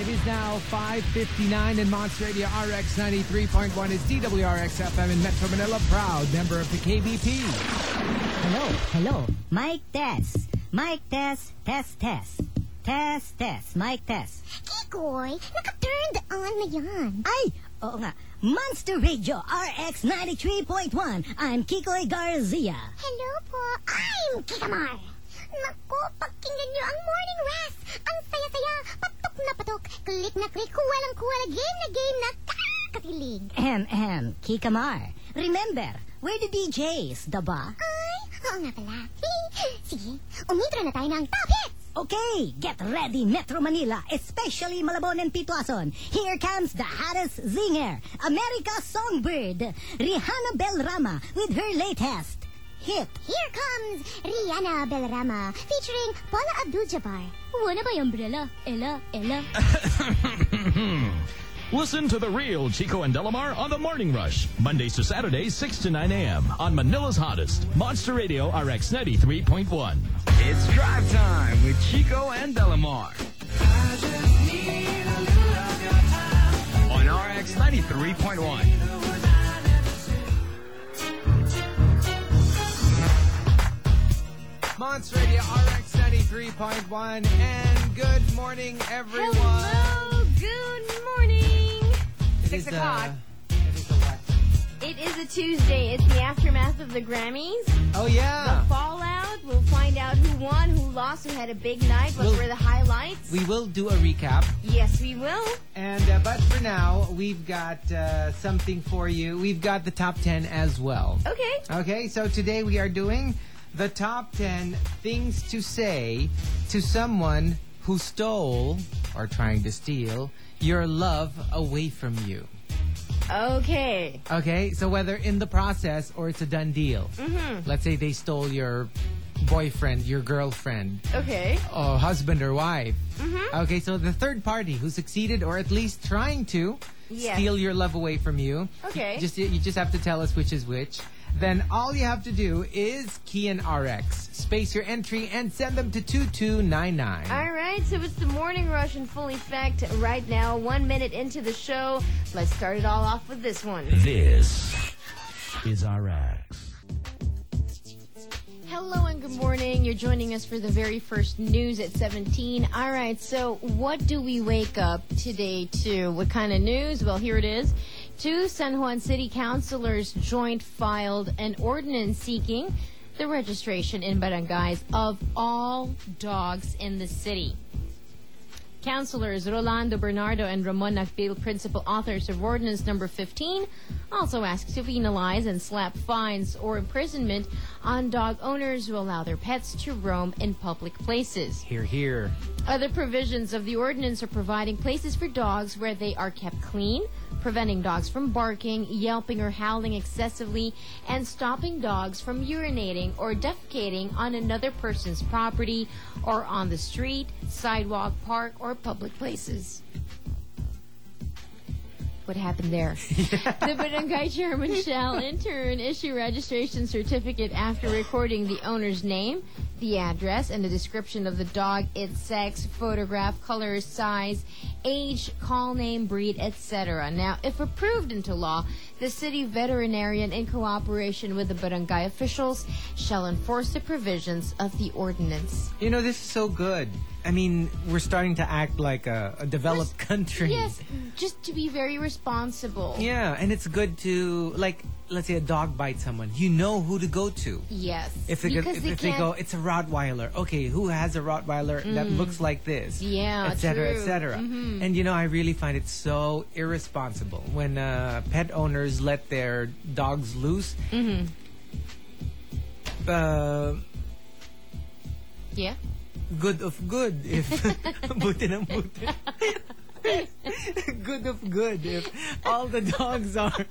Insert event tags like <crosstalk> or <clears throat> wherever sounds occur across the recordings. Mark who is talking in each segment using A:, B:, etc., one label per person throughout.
A: It is now 5:59 in Monster Radio RX 93.1 is DWRX FM in Metro Manila. Proud member of the KBP.
B: Hello, hello. Mic test. Mic test. Test, test. Test, test. Mic test.
C: Kikoy, naka-turned on na yan.
B: Ay! Oo nga. Monster Radio RX 93.1. I'm Kikoy Garcia.
C: Hello po, I'm Kikamar. Naku, pakinggan niyo ang morning rest. Ang saya-saya, patok na patok, klik na klik, kuwalang-kuwala, game na game na kakatilig.
B: Ahem, ahem. Kikamar. Remember, we're the DJs, daba?
C: Ay, oo nga pala. <laughs> Sige, umintro na tayo ng top hits.
B: Okay, get ready, Metro Manila, especially Malabon and Pituason. Here comes the hottest zinger, America Songbird, Rihanna Belrama, with her latest hit.
C: Here comes Rihanna Belrama featuring Paula Abdul-Jabbar. Wala ba yung umbrella? Ella, Ella.
D: Listen to the real Chico and Delamar on the Morning Rush, Mondays to Saturdays, 6 to 9 a.m. on Manila's hottest Monster Radio RX 93.1.
E: It's drive time with Chico and Delamar. On RX 93.1.
A: Monster Radio RX 93.1 and good morning everyone.
F: Hello, good morning.
A: It is,
F: Six o'clock.
A: Uh, it is a what?
F: It is a Tuesday. It's the aftermath of the Grammys.
A: Oh yeah.
F: Fallout. We'll find out who won, who lost, who had a big night, what
A: We'll-
F: were the highlights.
A: We will do a recap.
F: yes, we will.
A: And uh, but for now, we've got uh, something for you. We've got the top 10 as well.
F: Okay.
A: Okay, so today we are doing the top 10 things to say to someone who stole or trying to steal your love away from you.
F: Okay.
A: Okay, so whether in the process or it's a done deal.
F: Mm-hmm.
A: Let's say they stole your boyfriend, your girlfriend,
F: Okay. Mm-hmm.
A: or husband or wife. Okay, so the third party who succeeded or at least trying to
F: Yes.
A: steal your love away from you.
F: Okay.
A: Just you just have to tell us which is which. Then all you have to do is key in RX, space your entry, and send them to two two nine nine.
F: All right, so it's the morning rush in full effect right now, one minute into the show. Let's start it all off with this one.
D: This is RX.
F: Hello and good morning. You're joining us for the very first news at 17. All right, so what do we wake up today to? What kind of news? Well, here it is. Two San Juan City councilors joint filed an ordinance seeking the registration in barangays of all dogs in the city. Councilors Rolando Bernardo and Ramon Nagpil, principal authors of ordinance number 15, also asked to penalize and slap fines or imprisonment on dog owners who allow their pets to roam in public places.
A: Here, here.
F: Other provisions of the ordinance are providing places for dogs where they are kept clean, preventing dogs from barking, yelping, or howling excessively, and stopping dogs from urinating or defecating on another person's property or on the street, sidewalk, park, or public places. What happened there? The barangay chairman shall, in turn, issue registration certificate after recording the owner's name, the address, and the description of the dog, its sex, photograph, color, size, age, call name, breed, etc. Now, if approved into law, the city veterinarian, in cooperation with the barangay officials, shall enforce the provisions of the ordinance.
A: You know, this is so good. I mean, we're starting to act like a, a developed country.
F: Yes, just to be very responsible.
A: Yeah, and it's good to like let's say a dog bites someone, you know who to go to.
F: Yes.
A: If they, go,
F: because
A: if,
F: they
A: if they
F: can't-
A: go,
F: Mm.
A: it's a Rottweiler. Okay, who has a Rottweiler that looks like this?
F: Yeah,
A: et cetera, et
F: Ah, true. Mm-hmm.
A: cetera. And you know, I really find it so irresponsible when uh, pet owners let their dogs loose.
F: Mm-hmm.
A: Uh,
F: Yeah.
A: good of good
F: <laughs>
A: if buti ng buti. good of good if all the dogs are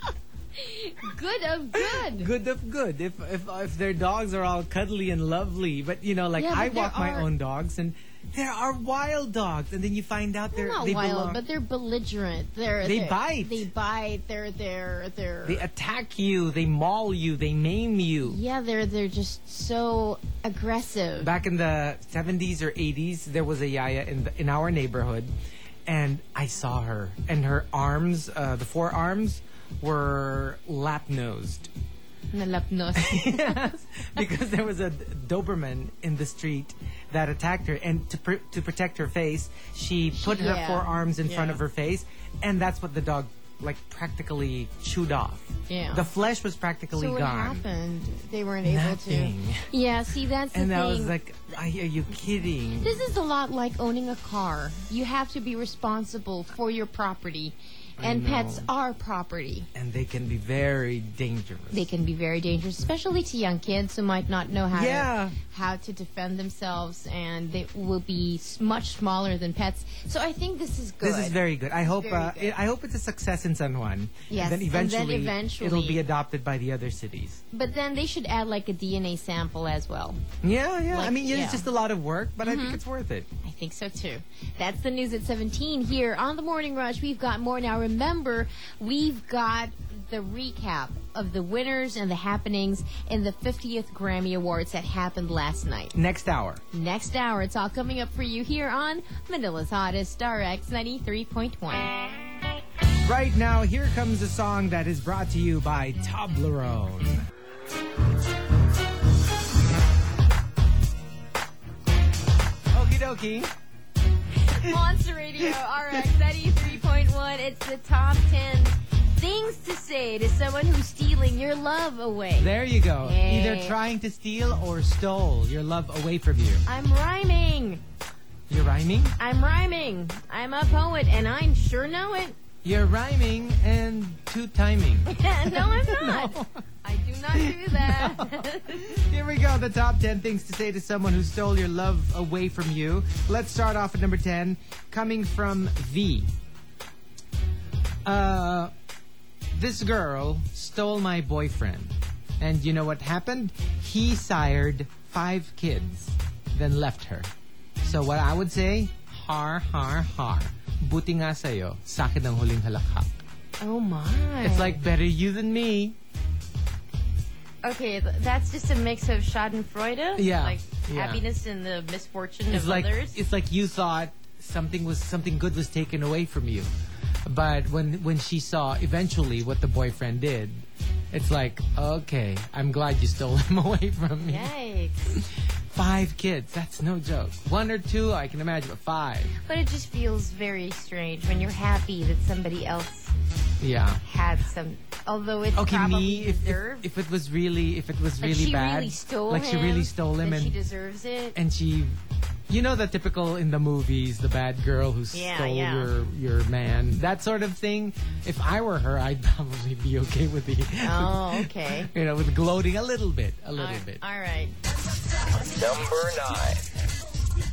F: Good of <laughs> good.
A: oh, good of good if if if their dogs are all cuddly and lovely but you know like
F: Yeah, but
A: i walk
F: there
A: my
F: are-
A: own dogs and there are wild dogs and then you find out they're
F: They're not
A: they
F: wild,
A: belong-
F: but they're belligerent. They're
A: They
F: they're-
A: bite.
F: They bite. They're they're they're.
A: they attack you they maul you they maim you
F: yeah, they're they're just so aggressive.
A: back in the 70s or 80s there was a yaya in the, in our neighborhood and I saw her, and her arms, uh, the forearms, were lap nosed <laughs>
F: Nalapnos.
A: yes, <laughs> because there was a Doberman in the street that attacked her, and to pr- to protect her face, she put her
F: Yeah.
A: forearms in front
F: Yeah.
A: of her face, and that's what the dog like practically chewed off.
F: Yeah.
A: the flesh was practically
F: so what
A: gone.
F: happened? They weren't able
A: Nothing.
F: to. Yeah, see, that's the
A: And
F: thing.
A: I was like, "Are you kidding?"
F: This is a lot like owning a car. You have to be responsible for your property, and
A: know.
F: pets are property.
A: And they can be very dangerous.
F: They can be very dangerous, especially to young kids who might not know how
A: Yeah.
F: to, how to defend themselves, and they will be s- much smaller than pets. So I think this is good.
A: This is very good. I hope
F: very
A: uh,
F: good.
A: I hope it's a success in San Juan. And then
F: Yes, and then
A: eventually,
F: eventually-
A: it'll be adopted by the other cities.
F: But then they should add like a DNA sample as well.
A: Yeah, yeah. I
F: Like,
A: mean, yeah, it's
F: yeah. Mm-hmm.
A: just a lot of work, but I think it's worth it.
F: I think so too. That's the news at 17 here on the Morning Rush. We've got more now. Remember, we've got the recap of the winners and the happenings in the 50th Grammy Awards that happened last night.
A: Next hour.
F: Next hour, it's all coming up for you here on Manila's Hottest Star X 93.1.
A: Right now, here comes a song that is brought to you by Toblerone. Okie dokie.
F: Monster Radio RX 93.1. It's the top 10 things to say to someone who's stealing your love away.
A: There you go.
F: Yay.
A: Either trying to steal or stole your love away from you.
F: I'm rhyming.
A: You're rhyming?
F: I'm rhyming. I'm a poet, and I sure know it. <laughs>
A: You're rhyming and two timing. <laughs>
F: no, I'm not. I do not do that.
A: Here we go. The top 10 things to say to someone who stole your love away from you. Let's start off at number 10, coming from V. Uh, this girl stole my boyfriend. And you know what happened? He sired five kids, then left her. So what I would say, har, har, har. Buti nga sa'yo, sa akin ang huling halakhak.
F: oh my!
A: It's like, better you than me.
F: okay, th- that's just a mix of Schadenfreude,
A: Yeah,
F: like
A: yeah.
F: happiness and the misfortune
A: It's
F: of
A: like
F: others.
A: it's like you thought something was something good was taken away from you, but when when she saw eventually what the boyfriend did, it's like okay, I'm glad you stole him <laughs> away from me.
F: Yikes!
A: Five kids, that's no joke. One or two, I can imagine, but five,
F: But it just feels very strange when you're happy that somebody else
A: yeah.
F: had some. Although it's
A: Okay,
F: probably
A: me if,
F: deserved.
A: if if it was really if it was
F: like
A: really
F: she
A: bad,
F: really stole
A: like
F: him.
A: she really stole him,
F: then
A: and
F: she deserves it.
A: and she you know the typical in the movies the bad girl who
F: Yeah,
A: stole
F: yeah.
A: your your man that sort of thing if i were her i'd <laughs> probably be okay with the
F: oh, okay.
A: <laughs> you know with gloating a little bit a little bit
F: All
A: <laughs>
F: right.
G: Number nine.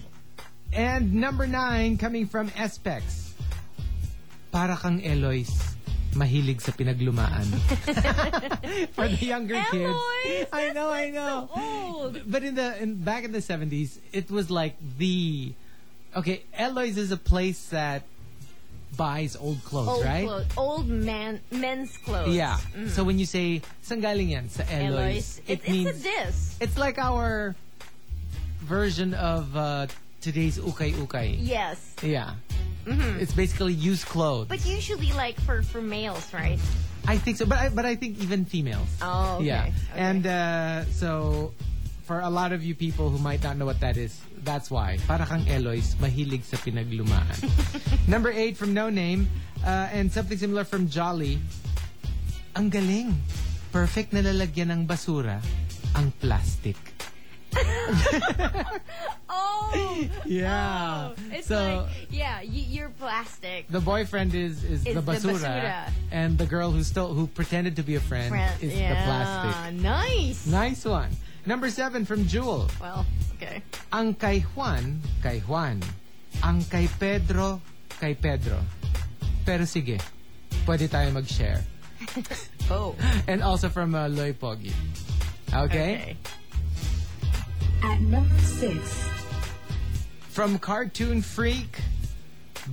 A: and number nine coming from Espex para kang Eloise mahilig sa
F: <laughs>
A: pinaglumaan <laughs> for the younger kids
F: Eloise,
A: i know i know
F: Old.
A: but in the in back in the seventies, it was like the okay. Eloise is a place that buys old clothes,
F: Old
A: right?
F: clothes. Old man men's clothes.
A: Yeah. So when you say "sangaling yan sa Eloise,",
F: Eloise.
A: it,
F: It,
A: means
F: it's a diss.
A: it's like our version of uh, today's ukay ukay.
F: Yes.
A: Yeah.
F: Mm-hmm.
A: It's basically used clothes.
F: But usually like for, for males,
A: <laughs>
F: right?
A: I think so, but I, but I think even females.
F: Oh, okay.
A: Yeah.
F: Okay.
A: And uh, so, for a lot of you people who might not know what that is, that's why. Para kang Eloise, mahilig sa
F: <laughs>
A: pinaglumaan. Number eight from No Name, uh, and something similar from Jolly. Ang galing. Perfect na lalagyan ng basura ang
F: <laughs>
A: plastic.
F: Oh,
A: Yeah.
F: it's
A: so,
F: like yeah, you, you're plastic.
A: the boyfriend is, is,
F: Is
A: the,
F: the
A: basura,
F: basura.
A: and the girl who stole, who pretended to be a friend,
F: Friend-
A: is
F: yeah,
A: the plastic.
F: Nice.
A: Nice one. Number seven from Jewel.
F: Well, okay.
A: Ang kay Juan, kay Juan. Ang kay Pedro, kay Pedro. Pero sige, pwede tayo mag-share.
F: Oh.
A: And also from uh, Loy Pogi. Okay?
F: Okay.
H: At number six.
A: From Cartoon Freak,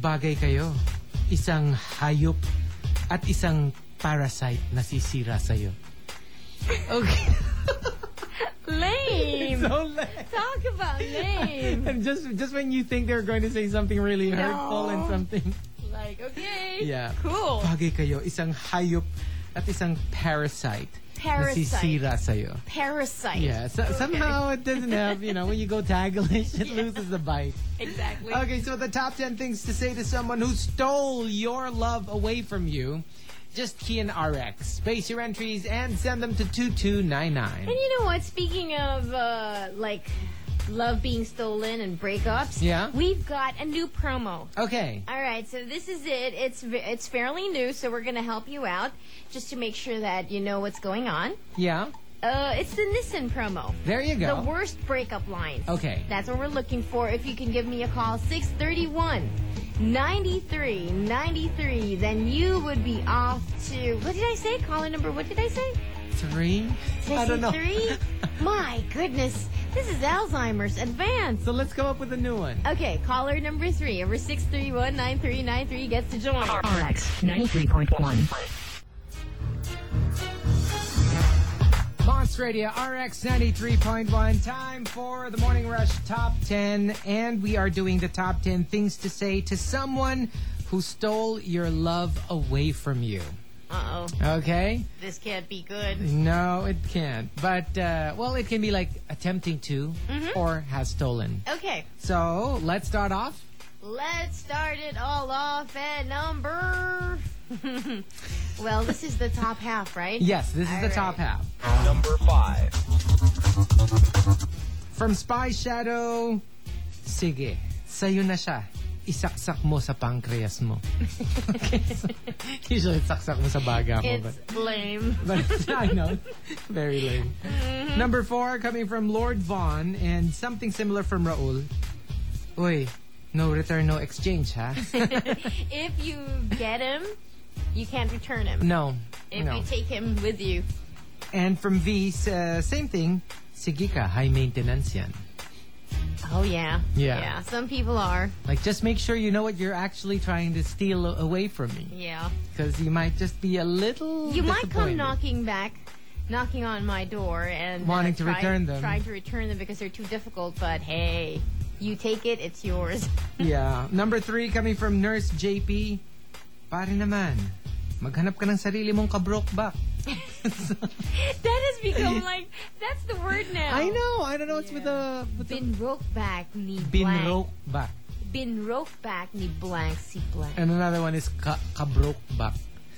A: bagay kayo. Isang hayop at isang parasite na sisira sa'yo. Okay.
F: Lame. lame.
A: so lame.
F: <laughs> Talk about
A: <laughs>
F: lame.
A: And just just when you think they're going to say something really hurtful and something,
F: <laughs> like, okay.
A: yeah.
F: Cool.
A: Bagay kayo, isang hayop at isang parasite. na
F: Parasite.
A: Nasisira sa'yo.
F: Parasite.
A: Yeah, so, somehow it doesn't have, you know, when you go taglish, <laughs> it loses the bite.
F: Exactly.
A: Okay, so the top 10 things to say to someone who stole your love away from you. Just key in RX, space your entries, and send them to 2299.
F: And you know what? Speaking of uh, like love being stolen and breakups,
A: Yeah.
F: we've got a new promo.
A: Okay.
F: All right, so this is it. It's v- it's fairly new, so we're gonna help you out just to make sure that you know what's going on.
A: Yeah.
F: Uh, it's the Nissan promo.
A: There you go.
F: The worst breakup lines.
A: Okay.
F: That's what we're looking for. If you can give me a call, 631 93 93, then you would be off to. What did I say? Caller number, what did I say?
A: Three?
F: Did
A: I don't know.
F: Three? My goodness. This is Alzheimer's advanced.
A: <laughs> So let's come up with a new one.
F: Okay, caller number three over 631 9393 gets to join.
H: RX 93.1.
A: Monster Radio RX 93.1. Time for the Morning Rush Top 10. And we are doing the top 10 things to say to someone who stole your love away from you.
F: Uh oh.
A: Okay?
F: This can't be good.
A: No, it can't. But, uh, well, it can be like attempting to or has stolen.
F: Okay,
A: So let's start off.
F: let's start it all off at number. <laughs> well, this is the top half, right?
A: Yes, this is the top
F: Alright.
A: half.
G: Number five.
A: From Spy Shadow, sige, sa'yo na siya. Isaksak mo sa pancreas
F: <laughs>
A: mo. Usually, saksak mo sa baga mo. But,
F: It's lame.
A: but <laughs> I know. Very lame.
F: Mm-hmm.
A: Number four, coming from Lord Vaughn and something similar from Raul. Uy, no return, no exchange,
F: <laughs>
A: ha?
F: if you get him, you can't return him.
A: No.
F: If
A: no.
F: you take him with you.
A: and from V, sa- same thing. Sige ka, high maintenance yan.
F: Oh, yeah.
A: Yeah.
F: Yeah, some people are.
A: Like, just make sure you know what you're actually trying to steal a- away from me.
F: Yeah.
A: Because you might just be a little.
F: You might come
A: disappointed.
F: knocking back, knocking on my door and uh,
A: Wanting to
F: try-
A: return them.
F: Trying to return them because they're too difficult, but hey, you take it, it's yours. <laughs>
A: Yeah. Number three coming from Nurse JP. Pare naman, maghanap ka ng sarili mong
F: <laughs>
A: kabrokbak.
F: that has become
A: <laughs>
F: like that's the word now.
A: I know. I don't know. It's with a. With a
F: Been roke back ni blank.
A: binrokbak.
F: Been roke back ni blank si blank.
A: And another one is ka kabrokbak.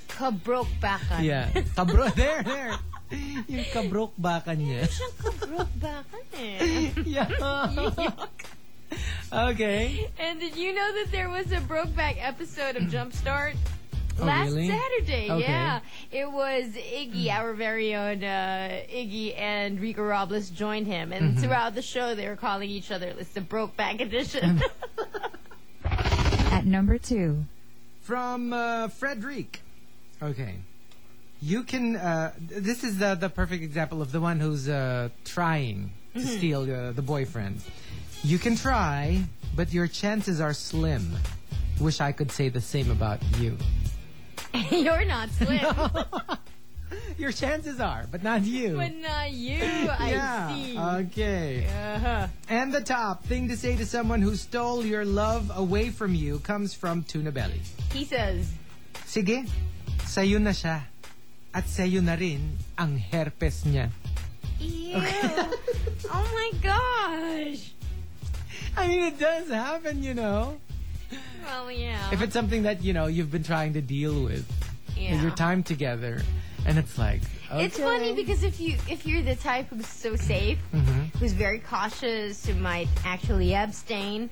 F: Ka broke back. <laughs>
A: Yeah. Kabro there, there. Yung kabrokbakan niya.
F: Ka broke back. eh.
A: <laughs>
F: <laughs>
A: yeah. okay.
F: And did you know that there was a Brokeback
A: <clears throat>
F: episode of Jumpstart? Last
A: Oh, really?
F: Saturday,
A: Okay. Hmm.
F: yeah. It was Iggy, our very own uh, Iggy, and Rico Robles joined him. And
A: Mm-hmm.
F: throughout the show, they were calling each other, it's the Brokeback Edition.
H: At number 2.
A: From uh, Frederick. Okay. You can. Uh, this is the the perfect example of the one who's uh, trying to
F: Mm-hmm.
A: steal uh, the boyfriend. You can try, but your chances are slim. Wish I could say the same about
F: <laughs>
A: you. Mm.
F: You're
A: <laughs>
F: not slim,
A: Your chances are, but not you.
F: but not you,
A: <laughs> yeah. uh,
F: I see.
A: Okay.
F: Uh-huh.
A: And the top thing to say to someone who stole your love away from you comes from Tuna Belly.
F: He says,
A: Sige, sa'yo na siya. At sa'yo na rin ang herpes
F: <laughs>
A: niya.
F: Ew. <laughs> oh my gosh.
A: I mean, it does happen, you know.
F: Well, yeah.
A: If it's something that, you know, you've been trying to deal with
F: yeah.
A: with your time together, and it's like, oh, okay.
F: It's funny because if you if you're the type who's so safe,
A: Mm-hmm.
F: who's very cautious, who might actually abstain,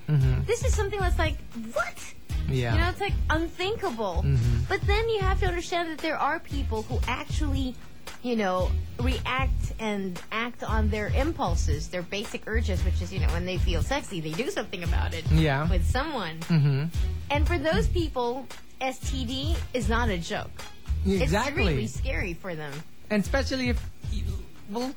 F: this is something that's like what?
A: Mm-hmm. yeah. Mm-hmm.
F: You know, it's like unthinkable. But then you have to understand that there are people who actually, you know, react and act on their impulses, their basic urges, which is you know when they feel sexy, they do something about it
A: Yeah. Mm-hmm.
F: with someone. And for those people, STD is not a joke.
A: exactly.
F: It's really scary for them.
A: And especially if, you, well,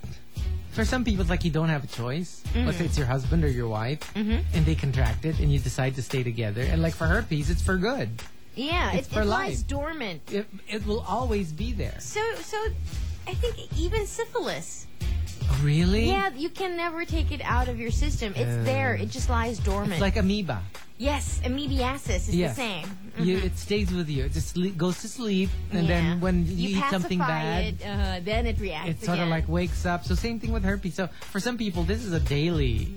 A: for some people, it's like you don't have a choice.
F: Mm-hmm.
A: Let's say it's your husband or your wife, and they contract it, and you decide to stay together. And like for herpes, it's for good.
F: Yeah,
A: It's
F: it,
A: for
F: it lies
A: life.
F: dormant.
A: It, it will always be there.
F: So, so I think even syphilis.
A: Oh, really?
F: Yeah, you can never take it out of your system. It's there. It just lies dormant.
A: Uh, It's like amoeba.
F: yes, amoebiasis is
A: Yeah.
F: the same.
A: You, it stays with you. It just sleep, goes to sleep, and
F: Mm-hmm. Yeah.
A: then when you, eat
F: pacify
A: something bad,
F: it, uh, then it reacts.
A: it sort of
F: again.
A: like wakes up. So same thing with herpes. So for some people, this is a daily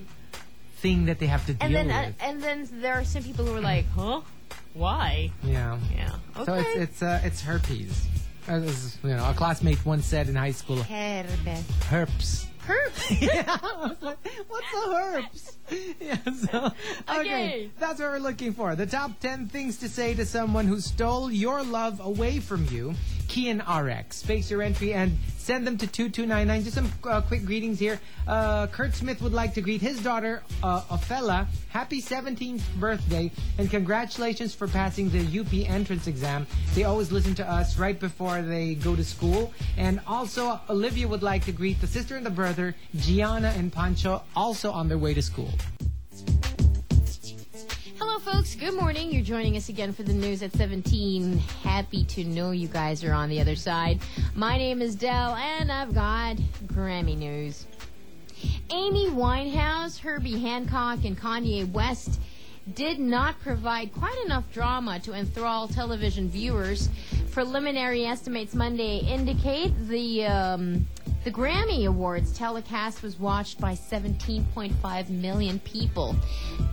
A: thing that they have to deal
F: And then, uh,
A: with.
F: and then there are some people who are like, huh? Why?
A: yeah.
F: Yeah. Okay.
A: So it's it's uh, it's herpes. As you know, a classmate once said in high school,
F: Herpes.
A: herpes. <laughs>
F: Herpes.
A: yeah, I was like, what's a herpes? <laughs> Yeah, so, okay.
F: Okay.
A: that's what we're looking for. The top 10 things to say to someone who stole your love away from you. Key and RX. Space your entry and send them to 2299. Just some uh, quick greetings here. Uh, Kurt Smith would like to greet his daughter, uh, Ophella. Happy 17th birthday and congratulations for passing the UP entrance exam. They always listen to us right before they go to school. And also, Olivia would like to greet the sister and the brother, Gianna and Pancho, also on their way to school.
F: Hello, folks. Good morning. You're joining us again for the news at 17. Happy to know you guys are on the other side. My name is Dell, and I've got Grammy news. Amy Winehouse, Herbie Hancock, and Kanye West did not provide quite enough drama to enthrall television viewers. Preliminary estimates Monday indicate the um, the Grammy Awards telecast was watched by 17.5 million people.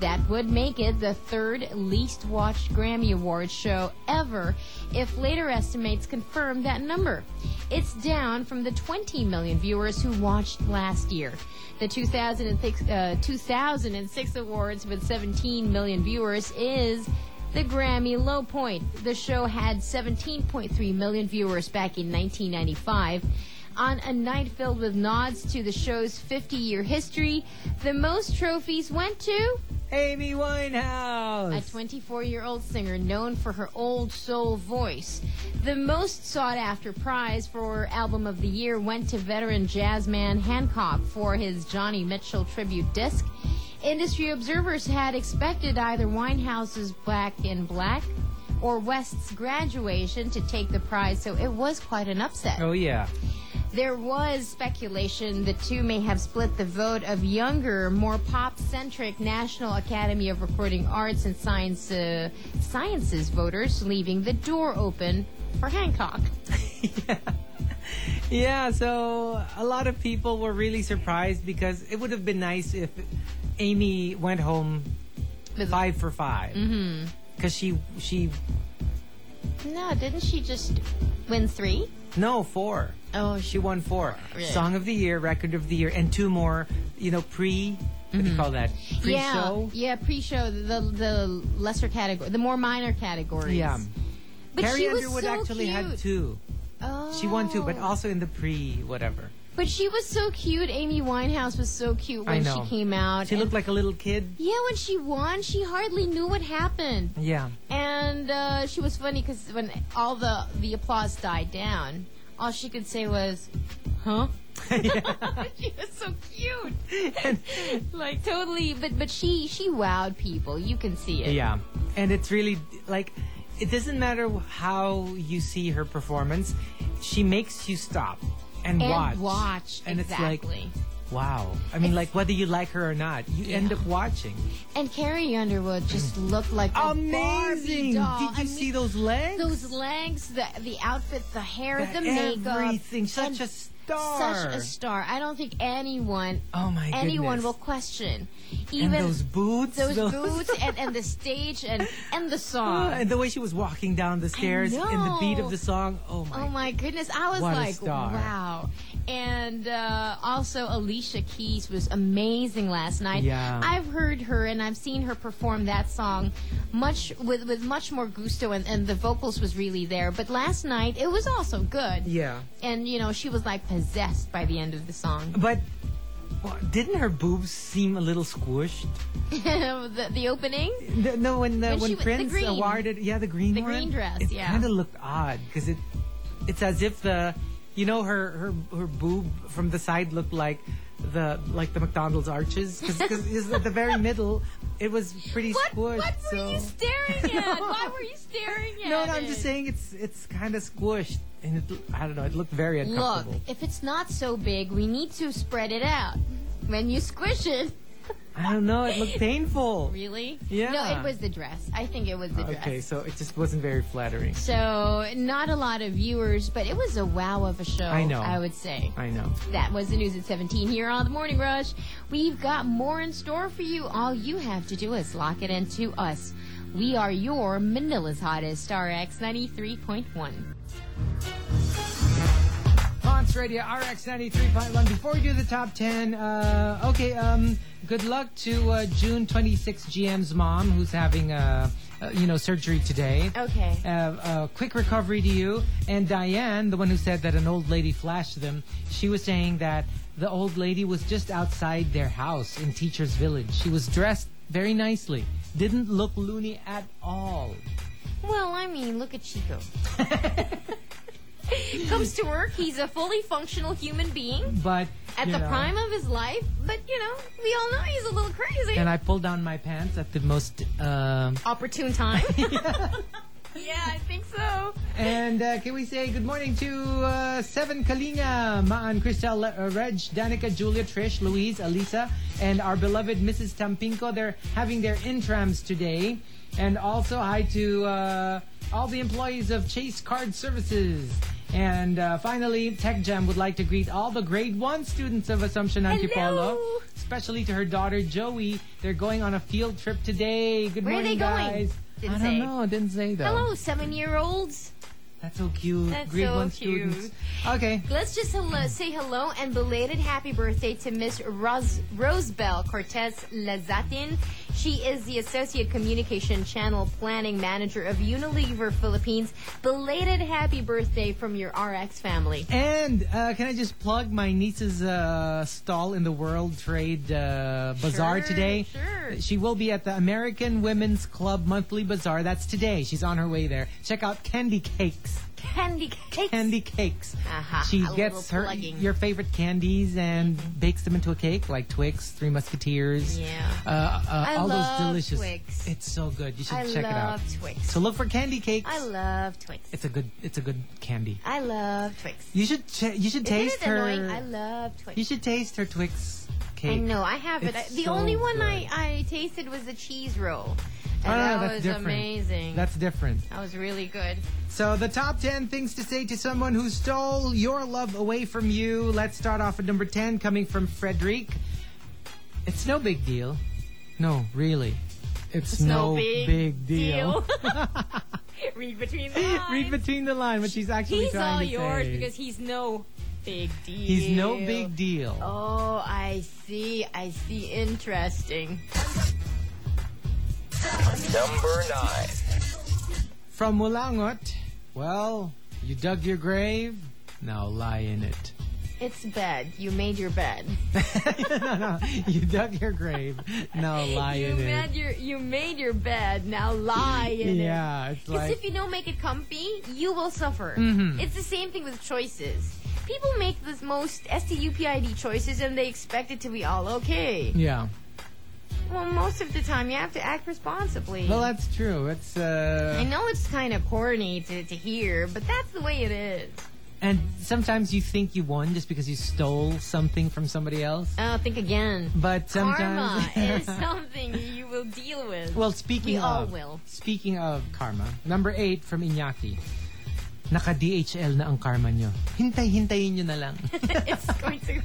F: That would make it the third least watched Grammy Awards show ever if later estimates confirm that number. It's down from the 20 million viewers who watched last year. The 2006, uh, 2006 awards with 17 million viewers is the Grammy low point. The show had 17.3 million viewers back in 1995. On a night filled with nods to the show's 50 year history, the most trophies went to
A: Amy
F: a
A: Winehouse.
F: 24 year old singer known for her old soul voice. The most sought after prize for Album of the Year went to veteran jazzman Hancock for his Johnny Mitchell tribute disc. Industry observers had expected either Winehouse's Black in Black or West's graduation to take the prize, so it was quite an upset.
A: oh yeah.
F: There was speculation the two may have split the vote of younger, more pop-centric National Academy of Recording Arts and Science, uh, Sciences voters, leaving the door open for Hancock.
A: Yeah, so a lot of people were really surprised because it would have been nice if Amy went home
F: With-
A: five for 5 Mm-hmm. Because she she
F: No, didn't she just win three?
A: no four.
F: Oh,
A: She won four.
F: Really?
A: Song of the year, record of the year, and two more. You know, pre. What do you call that? Pre-show.
F: Mm-hmm. Yeah, yeah, pre-show, the the lesser category, the more minor categories.
A: Yeah.
F: but
A: Carrie
F: she was
A: Underwood
F: so
A: actually had
F: cute.
A: two.
F: Oh.
A: She won two, but also in the pre whatever.
F: But she was so cute. Amy Winehouse was so cute
A: I
F: when
A: know.
F: she came out.
A: She
F: and-
A: looked like a little kid.
F: Yeah, when she won, she hardly knew what happened,
A: Yeah. <laughs>
F: and uh, she was funny because when all the the applause died down, all she could say was, "Huh." <laughs> she was so
A: <laughs>
F: cute, like totally. But but she she wowed people. You can see it.
A: Yeah, and it's really like it doesn't matter how you see her performance; she makes you stop and,
F: and
A: watch.
F: watch,
A: and
F: exactly.
A: it's like wow. I mean, like whether you like her or not, you end up watching.
F: and Carrie Underwood just looked like a Barbie
A: Amazing!
F: doll.
A: Did you
F: I
A: see
F: mean,
A: those legs?
F: Those legs, the the outfit, the hair,
A: The
F: the makeup,
A: everything. Such
F: and
A: a star.
F: Such a star. I don't think anyone,
A: Oh my
F: anyone
A: goodness.
F: will question.
A: and
F: Even
A: <laughs> those boots.
F: those boots and, and the stage and and
A: <laughs>
F: the song.
A: and the way she was walking down the stairs in the beat of
F: know.
A: the song. Oh my!
F: Oh my goodness! I was
A: What a
F: like,
A: star.
F: wow. And uh, also, Alicia Keys was amazing last night.
A: Yeah.
F: I've heard her and I've seen her perform that song much with with much more gusto, and, and the vocals was really there. But last night, it was also good.
A: Yeah,
F: And you know, she was like possessed by the end of the song. <laughs>
A: but well, didn't her boobs seem a little squished?
F: the, the opening.
A: The, no, when the,
F: When
A: when,
F: she was- the
A: Prince
F: green.
A: awarded, yeah, the green
F: The
A: one,
F: green dress,
A: It
F: yeah.
A: kind of looked odd because it, it's as if the, you know, her her her boob from the side looked like the like the McDonald's arches because at the very middle it was pretty
F: What,
A: squished.
F: what were
A: so <laughs>
F: you staring at? Why were you staring at
A: no, no, I'm just
F: it?
A: saying it's it's kind of squished and it, I don't know. It looked very
F: Look,
A: uncomfortable.
F: if it's not so big, we need to spread it out. When you squish it, <laughs>
A: I don't know. It looked painful.
F: really?
A: Yeah.
F: No, it was the dress. I think it was the dress.
A: Okay, so it just wasn't very flattering.
F: So not a lot of viewers, but it was a wow of a show.
A: I know.
F: I would say.
A: I know.
F: That was the news at 17 here on the Morning Rush. We've got more in store for you. All you have to do is lock it into us. We are your Manila's hottest RX 93.1.
A: Fonts Radio RX 93.1. Before we do the top 10, uh, okay, um, good luck to uh, June 26 GM's mom who's having, uh, uh, you know, surgery today.
F: Okay.
A: Uh, uh, quick recovery to you. And Diane, the one who said that an old lady flashed them, she was saying that the old lady was just outside their house in Teacher's Village. She was dressed very nicely, didn't look loony at all.
F: Well, I mean, look at Chico. Comes to work, he's a fully functional human being
A: But
F: at
A: you
F: the
A: know,
F: prime of his life, but you know, we all know he's a little crazy.
A: And I pulled down my pants at the most. um
F: Opportune time. yeah, I think so.
A: And uh, can we say good morning to uh, Seven Kalinga, Maan, Christel, Le- uh, Reg, Danica, Julia, Trish, Louise, Alisa, and our beloved Mrs. Tampinko. They're having their intrams today. And also hi to uh, all the employees of Chase Card Services. And uh, finally, Tech Jam would like to greet all the grade one students of Assumption Antipolo,
F: Hello.
A: especially to her daughter Joey. They're going on a field trip today. Good
F: Where are
A: morning,
F: they going?
A: guys.
F: Didn't
A: I don't
F: say.
A: know. Didn't say though.
F: Hello, seven year olds.
A: That's so cute.
F: That's
A: Grade
F: so
A: one
F: cute.
A: students. Okay.
F: Let's just hello, say hello and belated happy birthday to Miss Ros- Rosebell Cortez Lazatin. She is the Associate Communication Channel Planning Manager of Unilever Philippines. Belated happy birthday from your RX family.
A: And uh, can I just plug my niece's uh, stall in the World Trade uh, Bazaar
F: Sure,
A: today?
F: sure.
A: She will be at the American Women's Club Monthly Bazaar. That's today. She's on her way there. Check out Candy Cakes.
F: Candy cakes.
A: Candy Cakes.
F: Aha,
A: she
F: Uh-huh. a
A: gets
F: little
A: her
F: plugging. Mm-hmm.
A: your favorite candies and bakes them into a cake like Twix, Three Musketeers.
F: Yeah.
A: Uh, uh,
F: I
A: all
F: love
A: those delicious.
F: Twix.
A: It's so good. You should
F: I
A: check it out.
F: love Twix.
A: So look for Candy Cakes.
F: I love Twix.
A: it's a good. It's a good candy.
F: I love Twix.
A: You should ch- you should
F: Isn't
A: taste
F: it
A: her.
F: annoying? I love Twix.
A: you should taste her Twix cake.
F: I know, I have it.
A: It's
F: I- the
A: so
F: only one I,
A: good.
F: I tasted was the cheese roll. And
A: Ah,
F: that
A: that's
F: was
A: different.
F: amazing.
A: That's different.
F: that was really good. <laughs>
A: So the top ten things to say to someone who stole your love away from you. Let's start off at number ten, coming from Frederick. It's no big deal. No, really. It's, no, big, deal.
F: Read between the lines.
A: <laughs> Read between the line what she's actually
F: He's
A: trying
F: all
A: to
F: yours
A: say.
F: because he's no big deal.
A: He's no big deal.
F: Oh, I see. I see. Interesting.
G: Number nine.
A: From Mulangot, well, you dug your grave, now lie in it. <laughs>
F: It's bed. You made your bed.
A: no, no, you dug your grave, now lie
F: you
A: in
F: made
A: it.
F: your you made your bed. Now lie in it.
A: Yeah, it's
F: Because
A: like Mm-hmm.
F: if you don't make it comfy, you will suffer. It's the same thing with choices. People make the most STUPID choices and they expect it to be all okay.
A: yeah.
F: Well, most of the time, you have to act responsibly.
A: Well, that's true. It's uh,
F: I know it's kind of corny to, to hear, but that's the way it is.
A: and sometimes you think you won just because you stole something from somebody else,
F: Oh, think again.
A: but sometimes
F: Karma <laughs> is
A: <laughs>
F: something you will deal with.
A: Well, speaking
F: We all
A: of,
F: will.
A: speaking of karma, number eight from Iñaki. Naka DHL na ang karma nyo. Hintay-hintayin nyo na lang.
F: <laughs> it's going to.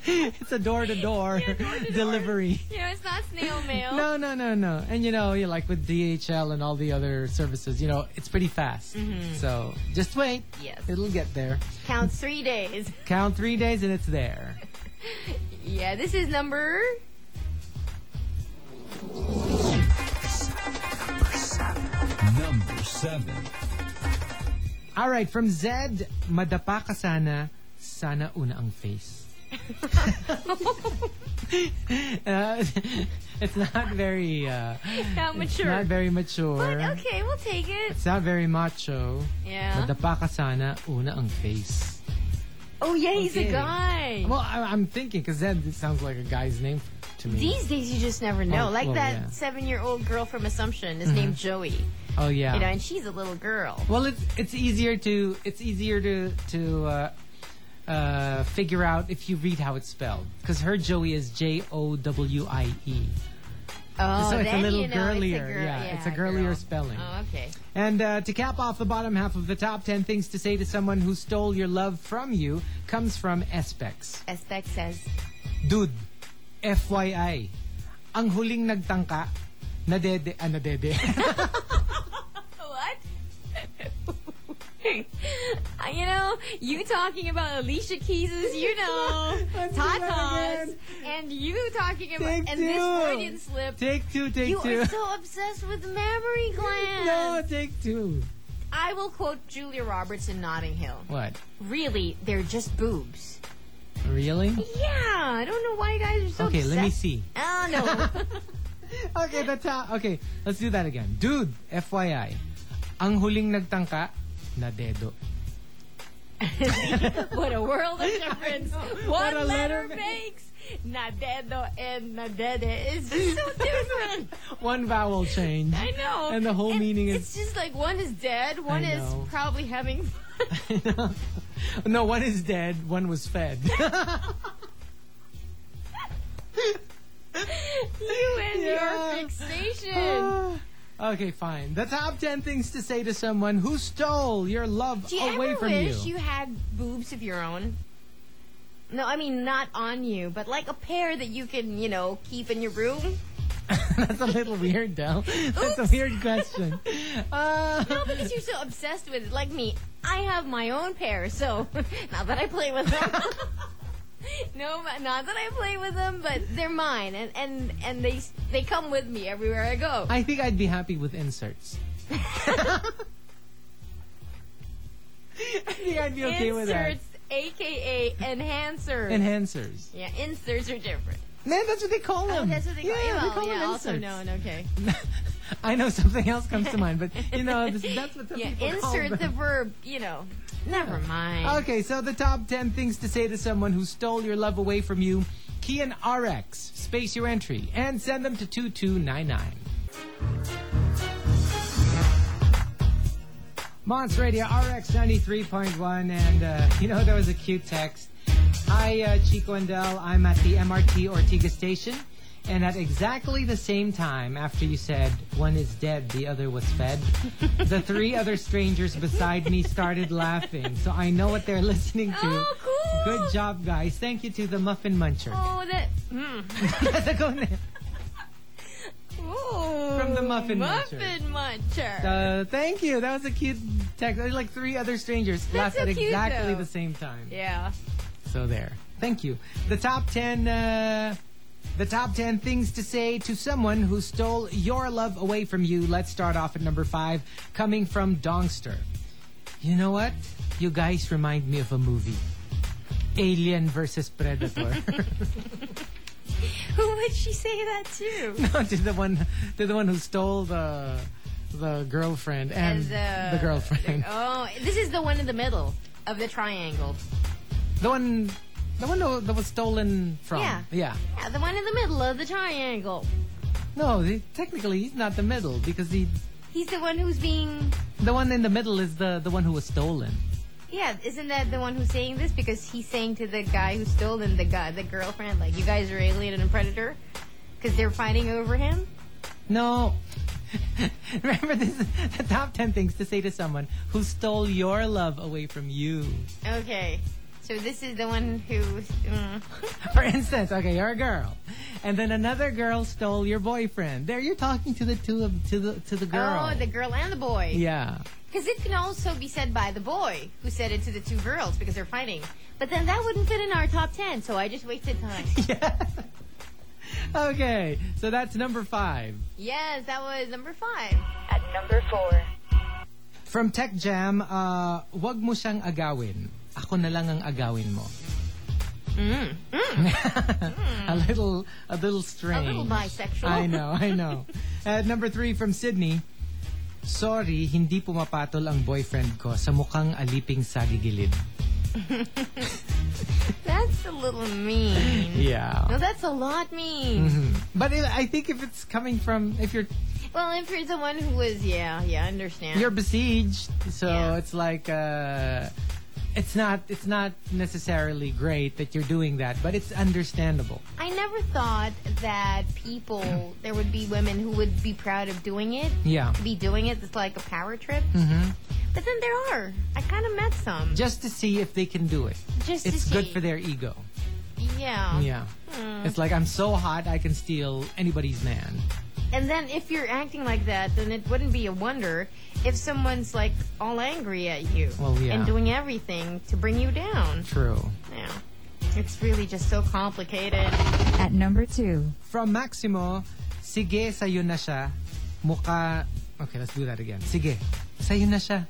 A: <laughs> it's a door-to-door
F: Yeah, door-to-door. Oh.
A: delivery.
F: You know, it's not snail
A: <laughs>
F: mail.
A: No, no, no, no. And you know, you like with DHL and all the other services, you know, it's pretty fast.
F: Mm-hmm.
A: So just wait.
F: Yes.
A: It'll get there.
F: Counts three days.
A: Count three days and it's there.
F: Yeah, this is <laughs> number.
E: Number seven.
A: All right, from Zed, madapa ka sana, sana una ang face. <laughs> Uh, <laughs> it's not very, uh,
F: Not mature.
A: not very mature.
F: but okay, we'll take it.
A: It's not very macho.
F: Yeah.
A: Madapa ka sana, una ang face.
F: Oh yeah, he's
A: Okay.
F: a guy.
A: Well, I, I'm thinking because Zed sounds like a guy's name to me.
F: These days, you just never know.
A: Oh,
F: like
A: well,
F: that
A: yeah.
F: seven-year-old girl from Assumption is named Joey.
A: oh yeah. Oh,
F: You know, and she's a little girl.
A: Well, it's it's easier to it's easier to to uh, uh, figure out if you read how it's spelled because her Joey is J O W I E,
F: Oh,
A: so it's a
F: then
A: little
F: you know it's a
A: girlier.
F: girl-
A: yeah, it's a girlier
F: girl.
A: spelling.
F: Oh, okay.
A: And uh, to cap off the bottom half of the top ten things to say to someone who stole your love from you comes from Espex.
F: Aspect says,
A: Dude, FYI, ang huling nagtangka, nadede, ah, nadede. <laughs>
F: What? Uh, <laughs> you know, you talking about Alicia Keys's, you
A: <laughs>
F: know, Tata's, and you talking about
A: Take
F: and this
A: two.
F: Freudian slip.
A: take two, take
F: you
A: two.
F: are so obsessed with memory glands.
A: <laughs> no, take two.
F: I will quote Julia Roberts in Notting Hill.
A: What?
F: Really, they're just boobs.
A: Really?
F: Yeah, I don't know why you guys are so
A: Okay, let me
F: obsessed.
A: see.
F: Oh
A: <laughs>
F: no. <laughs>
A: Okay, that's how. Okay, let's do that again. Dude, FYI, ang huling nagtangka, na dedo.
F: What a world of difference. One
A: <laughs> What a
F: letter,
A: letter
F: makes. Nadedo and nadede
A: <laughs>
F: is just so different.
A: One vowel change. <laughs>
F: I know.
A: And the whole meaning is-
F: It's just like one is dead, one
A: I
F: is
A: know.
F: probably having <laughs> fun.
A: no, one is dead, one was fed. <laughs>
F: you
A: <laughs>
F: and
A: Yeah. Ah.
F: your fixation.
A: okay, fine. The top 10 things to say to someone who stole your love
F: Do you
A: away
F: ever
A: from
F: wish
A: you.
F: you had boobs of your own? No, I mean not on you, but like a pair that you can, you know, keep in your room.
A: <laughs> That's a little weird, though. That's a weird question. Uh,
F: <laughs>
A: <laughs>
F: No, because you're so obsessed with it. Like me, I have my own pair, so <laughs> not that I play with them. <laughs> no, but not that I play with them, but they're mine, and and and they they come with me everywhere I go.
A: I think I'd be happy with inserts. <laughs> I think I'd be okay with that.
F: inserts, aka enhancers.
A: Enhancers.
F: yeah, inserts are different.
A: Man, that's what they call them.
F: Oh, that's what they call.
A: yeah,
F: well,
A: they call
F: yeah,
A: them
F: also
A: inserts.
F: known. Okay.
A: <laughs> I know something else comes to mind, but you
F: <laughs>
A: know, this, that's what the
F: Yeah,
A: people call
F: insert the
A: them. Oh,
F: verb. You know. Never mind.
A: <laughs> Okay, so the top 10 things to say to someone who stole your love away from you. Key and RX, space your entry, and send them to 2299. Monts Radio RX 93.1, and uh, you know, there was a cute text. Hi, uh, Chico and Del. I'm at the MRT Ortigas station, and at exactly the same time, after you said one is dead, the other was
F: <laughs>
A: fed, the three other strangers beside me started laughing. So I know what they're <laughs> listening to.
F: Oh, cool.
A: Good job, guys. Thank you to the Muffin Muncher. <laughs>
F: Oh, that. Mm. Ooh,
A: From the Muffin Muncher.
F: Muffin Muncher.
A: Uh, thank you. That was a cute text. There's like three other strangers laughed
F: so
A: at
F: cute,
A: exactly
F: though.
A: the same time.
F: yeah.
A: So there. Thank you. The top 10 uh the top 10 things to say to someone who stole your love away from you. Let's start off at number 5 coming from Dongster. You know what? You guys remind me of a movie. Alien versus Predator. <laughs>
F: Who would she say that to?
A: no, to the one to the one who stole the the girlfriend and, <laughs> the, girlfriend.
F: <laughs> Oh, this is the one in the middle of the triangle.
A: The one the one that was stolen from.
F: Yeah.
A: Yeah.
F: Yeah, the one in the middle of the triangle.
A: No, he, technically he's not the middle because he
F: He's the one who's being.
A: The one in the middle is the the one who was stolen.
F: Yeah, isn't that the one who's saying this? Because he's saying to the guy who stole them, the guy, the girlfriend, like, you guys are alien and predator? Because they're fighting over him?
A: No. <laughs> Remember this is the top 10 things to say to someone who stole your love away from you. <laughs>
F: Okay. So this is the one who. Mm.
A: For instance, okay, you're a girl and then another girl stole your boyfriend. There you're talking to the two of to the to the girl.
F: Oh, the girl and the boy.
A: yeah.
F: Because it can also be said by the boy who said it to the two girls because they're fighting. But then that wouldn't fit in our top 10, so I just wasted time.
A: <laughs> Okay. So that's number 5.
F: yes, that was number five.
H: At number four.
A: From Tech Jam, uh, wag mo siyang agawin. Ako na lang ang agawin mo.
F: Mm,
A: <laughs> a little, a little
F: A
A: strange.
F: little bisexual.
A: I know, I
F: <laughs>
A: know. At number three from Sydney, Sorry, hindi pumapatol ang boyfriend ko sa mukhang aliping sa gigilid.
F: That's a little mean. No,
A: Yeah.
F: that's a lot mean.
A: But it, I think if it's coming from if you're
F: Well, if you're the one who was, yeah, yeah, I understand.
A: you're besieged, so
F: Yeah.
A: it's like uh, it's not it's not necessarily great that you're doing that, but it's understandable.
F: I never thought that people there would be women who would be proud of doing it.
A: Yeah.
F: be doing it. It's like a power trip. Mm-hmm. But then there are. I kind of met some.
A: Just to see if they can do it.
F: Just
A: it's
F: to
A: good
F: see. Mm.
A: for their ego.
F: Yeah.
A: Yeah. It's like I'm so hot I can steal anybody's man.
F: And then if you're acting like that, then it wouldn't be a wonder if someone's like all angry at you
A: Well, yeah.
F: and doing everything to bring you down.
A: True.
F: Yeah. It's really just so complicated.
H: At number two.
A: From Maximo, sige sa'yo na siya, mukha... Okay, let's do that again. Sige, sa'yo na siya.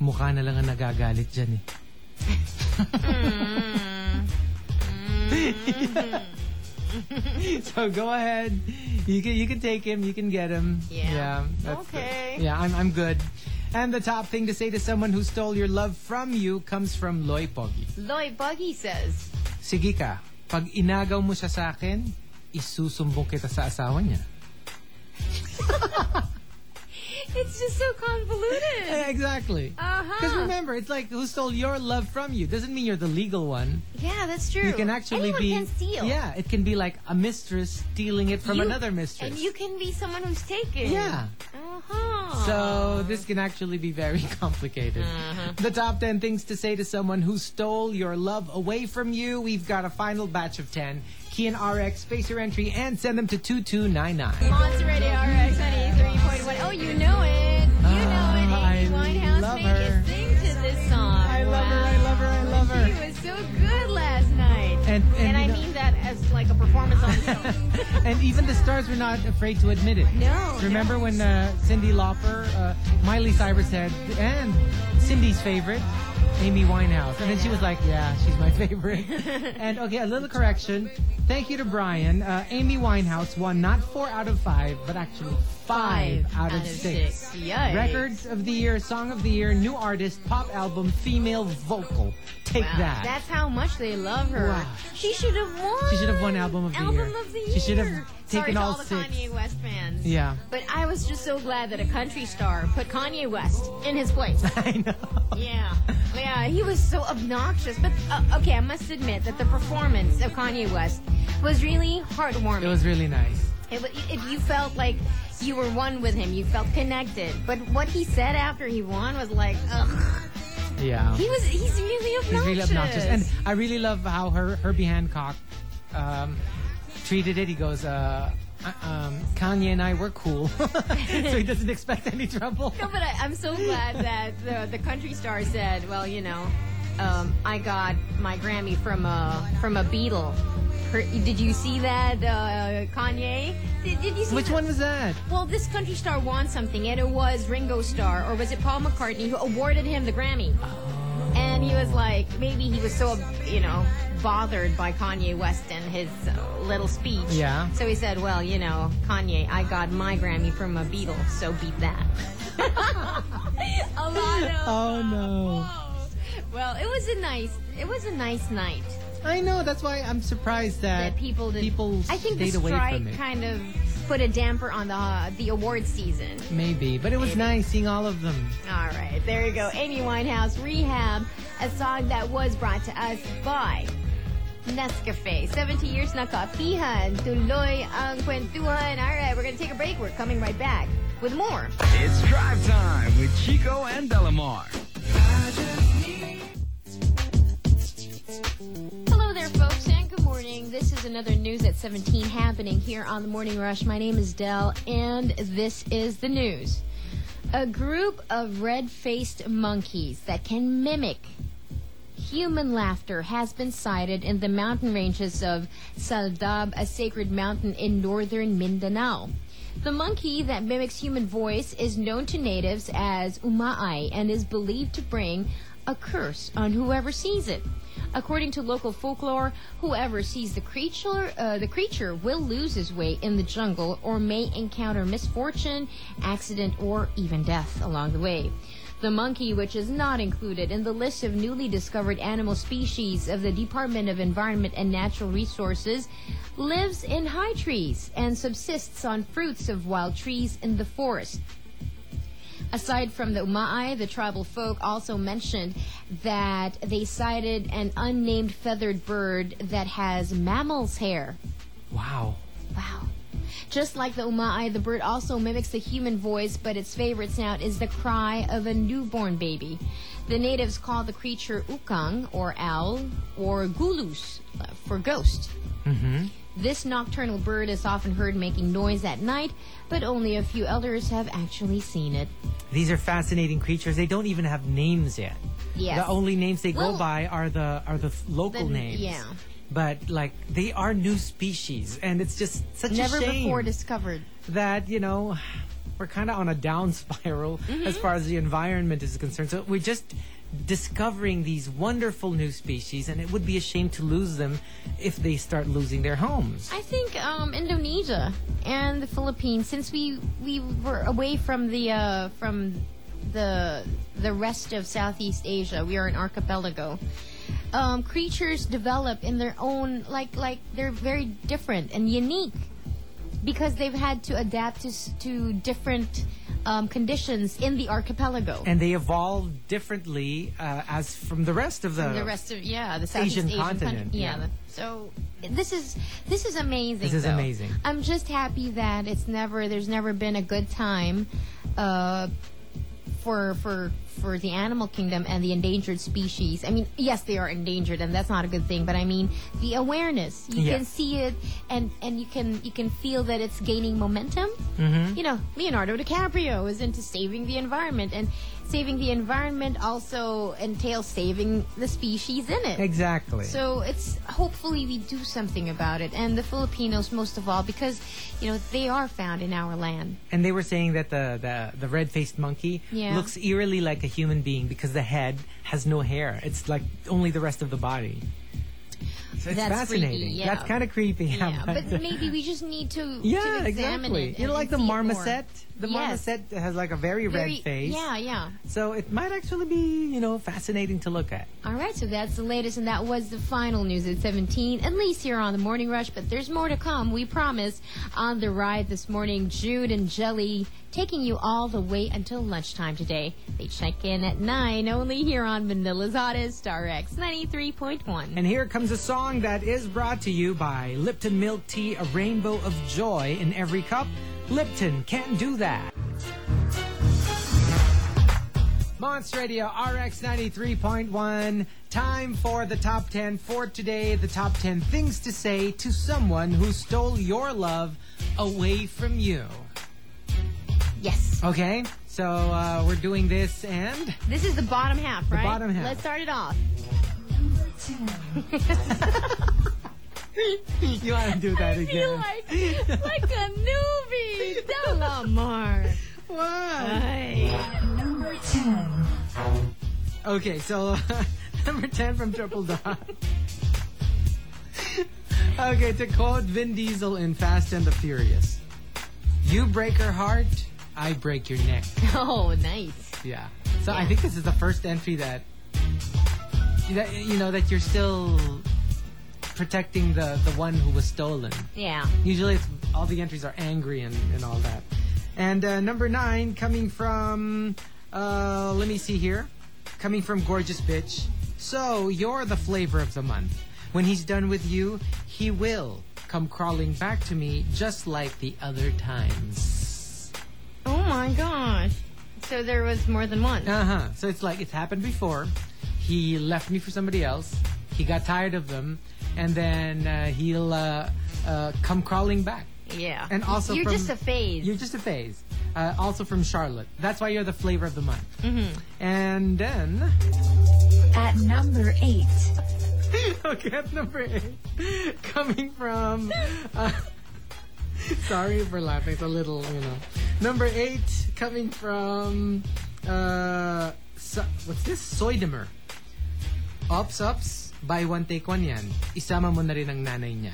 A: Mukha na lang ang nagagalit dyan eh.
F: Mm.
A: <laughs> so go ahead. You can you can take him. You can get him.
F: Yeah.
A: that's good.
F: Okay.
A: Yeah, I'm I'm good. And the top thing to say to someone who stole your love from you comes from Loy Pogi.
F: Lloyd Buggy says,
A: Sige ka, pag inagaw mo siya sa akin, isusumbong kita sa asawa niya.
F: it's just so convoluted.
A: <laughs> Exactly. Because
F: Uh-huh.
A: remember, it's like who stole your love from you doesn't mean you're the legal one.
F: Yeah, that's true.
A: You can actually
F: Anyone
A: be
F: can steal.
A: Yeah, it can be like a mistress stealing it from
F: You-
A: another mistress.
F: And you can be someone who's taken.
A: yeah.
F: Uh-huh.
A: So this can actually be very <laughs> complicated.
F: Uh-huh.
A: The top 10 things to say to someone who stole your love away from you. We've got a final batch of 10. Key and RX, space your entry and send them to 2299.
F: Monster Radio RX 93.1. Oh, you know it. You know it.
A: Ah,
F: Amy
A: I
F: Winehouse
A: love
F: made
A: her.
F: you sing to this song.
A: I love her, I love her, I love her.
F: She was so good last night.
A: And- and
F: I
A: you know-
F: mean that as like a performance
A: <laughs>
F: on film.
A: and even the stars were not afraid to admit it.
F: No,
A: Remember when uh, Cindy Lauper, uh, Miley Cyrus said, and Cindy's favorite, Amy Winehouse. And then she was like, yeah, she's my favorite. and okay, a little correction. Thank you to Brian. Uh, Amy Winehouse won not four out of five, but actually five, out, of six.
F: Yikes.
A: Records of the year, song of the year, new artist, pop album, female vocal. Take
F: Wow.
A: that. <laughs>
F: That's how much they love her.
A: Wow.
F: She should have won.
A: She should have won album of the
F: album
A: year.
F: Of the
A: She should have
F: year. Sorry
A: taken
F: to
A: all
F: all the
A: six.
F: Kanye West fans.
A: Yeah.
F: But I was just so glad that a country star put Kanye West in his place.
A: I know.
F: Yeah, yeah, he was so obnoxious. But uh, okay, I must admit that the performance of Kanye West was really heartwarming.
A: <laughs> It was really nice.
F: It, wa- it, you felt like you were one with him. You felt connected. But what he said after he won was like, ugh.
A: Yeah.
F: He was. He's really
A: She's
F: obnoxious.
A: really obnoxious. And I really love how her Herbie Hancock um, treated it. He goes, uh, uh, um, Kanye and I were cool, <laughs> so he doesn't expect any trouble.
F: no, but I, I'm so
A: <laughs>
F: glad that the, the country star said, well, you know, um, I got my Grammy from a from a Beatle. Her, did you see that, uh, Kanye? Did, did you see
A: Which
F: that?
A: one was
F: <laughs>
A: that?
F: Well, this country star won something, and it was Ringo Starr, or was it Paul McCartney, who awarded him the Grammy? And he was like, maybe he was so, you know, bothered by Kanye West and his uh, little speech.
A: Yeah.
F: So he said, well, you know, Kanye, I got my Grammy from a Beatle, so beat that. <laughs> a lot of.
A: Oh, no.
F: Well, it was a nice, it was a nice night
A: I know. That's why I'm surprised that,
F: that people did.
A: people
F: I think the
A: stayed away
F: strike
A: from it.
F: kind of put a damper on the uh, the award season.
A: Maybe, but it was nice seeing all of them.
F: All right, there you go. Amy Winehouse, Rehab, a song that was brought to us by Nescafe. 70 years na kapihan, tuloy ang kwentuhan. All right, we're going to take a break. We're coming right back with more.
E: It's drive time with Chico and Delamar.
F: Hello there, folks, and good morning. This is another News at 17 happening here on the Morning Rush. My name is Dell, and this is the news. A group of red faced monkeys that can mimic human laughter has been sighted in the mountain ranges of Saldab, a sacred mountain in northern Mindanao. The monkey that mimics human voice is known to natives as umaai and is believed to bring a curse on whoever sees it. According to local folklore, whoever sees the creature, uh, the creature will lose his way in the jungle or may encounter misfortune, accident, or even death along the way. The monkey, which is not included in the list of newly discovered animal species of the Department of Environment and Natural Resources, lives in high trees and subsists on fruits of wild trees in the forest. Aside from the Umaai, the tribal folk also mentioned that they sighted an unnamed feathered bird that has mammal's hair.
A: Wow.
F: Wow. Just like the Umaai, the bird also mimics the human voice, but its favorite sound is the cry of a newborn baby. The natives call the creature ukang, or owl, or gulus, uh, for ghost.
A: Mm-hmm.
F: This nocturnal bird is often heard making noise at night, but only a few elders have actually seen it.
A: These are fascinating creatures. They don't even have names yet.
F: Yes.
A: The only names they go
F: Well-
A: by are the are the f- local
F: The-
A: names.
F: yeah.
A: But like they are new species, and it's just such
F: Never
A: a shame
F: before discovered.
A: that you know we're kind of on a down <laughs> spiral
F: Mm-hmm.
A: as far as the environment is concerned. So we're just discovering these wonderful new species, and it would be a shame to lose them if they start losing their homes.
F: I think um, Indonesia and the Philippines, since we we were away from the uh, from the the rest of Southeast Asia, we are an archipelago. Um, creatures develop in their own like like they're very different and unique because they've had to adapt to s- to different um, conditions in the archipelago.
A: and they evolve differently uh, as from the rest of the,
F: the rest of yeah, the Southeast
A: Asian
F: Asian,
A: continent,
F: country- Yeah.
A: yeah.
F: the- So this is this is amazing.
A: This is
F: though.
A: amazing.
F: I'm just happy that it's never there's never been a good time uh, for for for the animal kingdom and the endangered species. I mean, yes, they are endangered, and that's not a good thing. But I mean, the awareness you
A: Yeah.
F: can see it, and and you can you can feel that it's gaining momentum.
A: Mm-hmm.
F: You know, Leonardo DiCaprio is into saving the environment, and saving the environment also entails saving the species in it.
A: Exactly.
F: So it's hopefully we do something about it, and the Filipinos most of all, because you know they are found in our land.
A: and they were saying that the, the, the red faced monkey
F: Yeah.
A: looks eerily like a human being because the head has no hair. It's like only the rest of the body. So it's
F: That's
A: fascinating.
F: creepy, yeah.
A: That's kind of creepy.
F: Yeah, but maybe we just need to
A: Yeah,
F: to examine
A: exactly.
F: it.
A: You know,
F: and
A: like the
F: see it more.
A: marmoset. The
F: Yes.
A: marmoset has like a very, red
F: Very-
A: face.
F: Yeah, yeah.
A: So it might actually be, you know, fascinating to look at.
F: All right, so that's the latest, and that was the final news at 17, at least here on the Morning Rush. But there's more to come, we promise. On the ride this morning, Jude and Jelly taking you all the way until lunchtime today. They check in at 9, only here on Manila's Hottest, RX 93.1.
A: And here comes a song that is brought to you by Lipton Milk Tea, a rainbow of joy in every cup. Lipton can do that. Monster Radio RX 93.1. Time for the top 10 for today. The top 10 things to say to someone who stole your love away from you.
F: Yes.
A: Okay, so uh, we're doing this and. <laughs>
F: This is the bottom half, right?
A: bottom half.
F: Let's start it off.
A: You want to do that
F: You're
A: again?
F: like, like a newbie. <laughs> Delamar.
A: Why?
F: Hi.
H: Number 10.
A: Okay, so <laughs> number 10 from Triple Dot. <laughs> okay, to quote Vin Diesel in Fast and the Furious You break her heart, I break your neck. <laughs>
F: Oh, nice.
A: Yeah. So I think this is the first entry that, that you know, that you're still protecting the, the one who was stolen.
F: Yeah.
A: Usually, it's, all the entries are angry and, and all that. And uh, number nine, coming from, uh, let me see here, coming from Gorgeous Bitch. So you're the flavor of the month. When he's done with you, he will come crawling back to me, just like the other times.
F: Oh my gosh. So there was more than one.
A: Uh huh. So it's like it's happened before. He left me for somebody else. He got tired of them, and then uh, he'll uh, uh, come crawling back.
F: yeah.
A: And also,
F: you're
A: from-
F: just a phase.
A: You're just a phase. Uh, also from Charlotte. That's why you're the flavor of the month. Mm-hmm. And then,
H: At number 8.
A: <laughs> okay, at number eight, coming from. Uh, sorry for laughing. It's a little, you know. Number eight, coming from uh, so, what's this? Soydemer. Ops, ops. Buy one, take one yan. Isama mo na rin ang nanay
F: <laughs>
A: niya.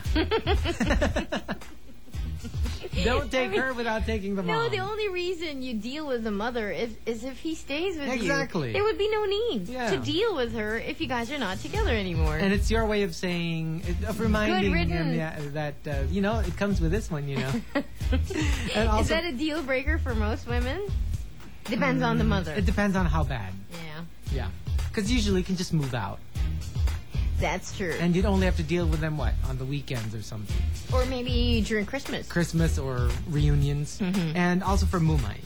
A: Don't take her without taking the
F: No,
A: mom.
F: the only reason you deal with the mother if, is if he stays with you.
A: Exactly.
F: There would be no need
A: Yeah.
F: to deal with her if you guys are not together anymore. <laughs>
A: and it's your way of saying, of reminding him
F: riddance.
A: yeah, that, uh, you know, it comes with this one, you
F: <laughs>
A: know. and
F: is
A: also,
F: that a deal breaker for most women? Depends on the mother.
A: Mm. it depends on how bad.
F: yeah,
A: Yeah. Because usually you can just move out.
F: that's true.
A: And you'd only have to deal with them, what, on the weekends or something.
F: or maybe during Christmas.
A: Christmas or reunions, and also from Mumbai.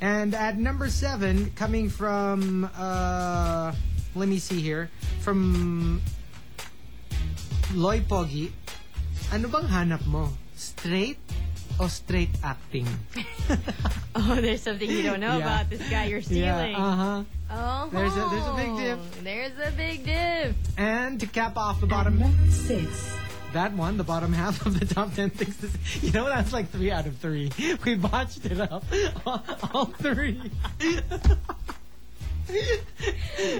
A: And at number seven, coming from, uh, let me see here, from Loy Pogi, ano bang hanap mo? Straight o straight acting?
F: <laughs> Oh, there's something you don't know
A: Yeah.
F: about this guy you're stealing.
A: Yeah, uh-huh.
F: Oh,
A: There's a- there's a big diff.
F: There's a big diff.
A: And to cap off the
H: At
A: bottom,
H: number six.
A: that one, the bottom half of the top 10 things. To say. You know, that's like three out of three. We botched it up. <laughs> All, all three.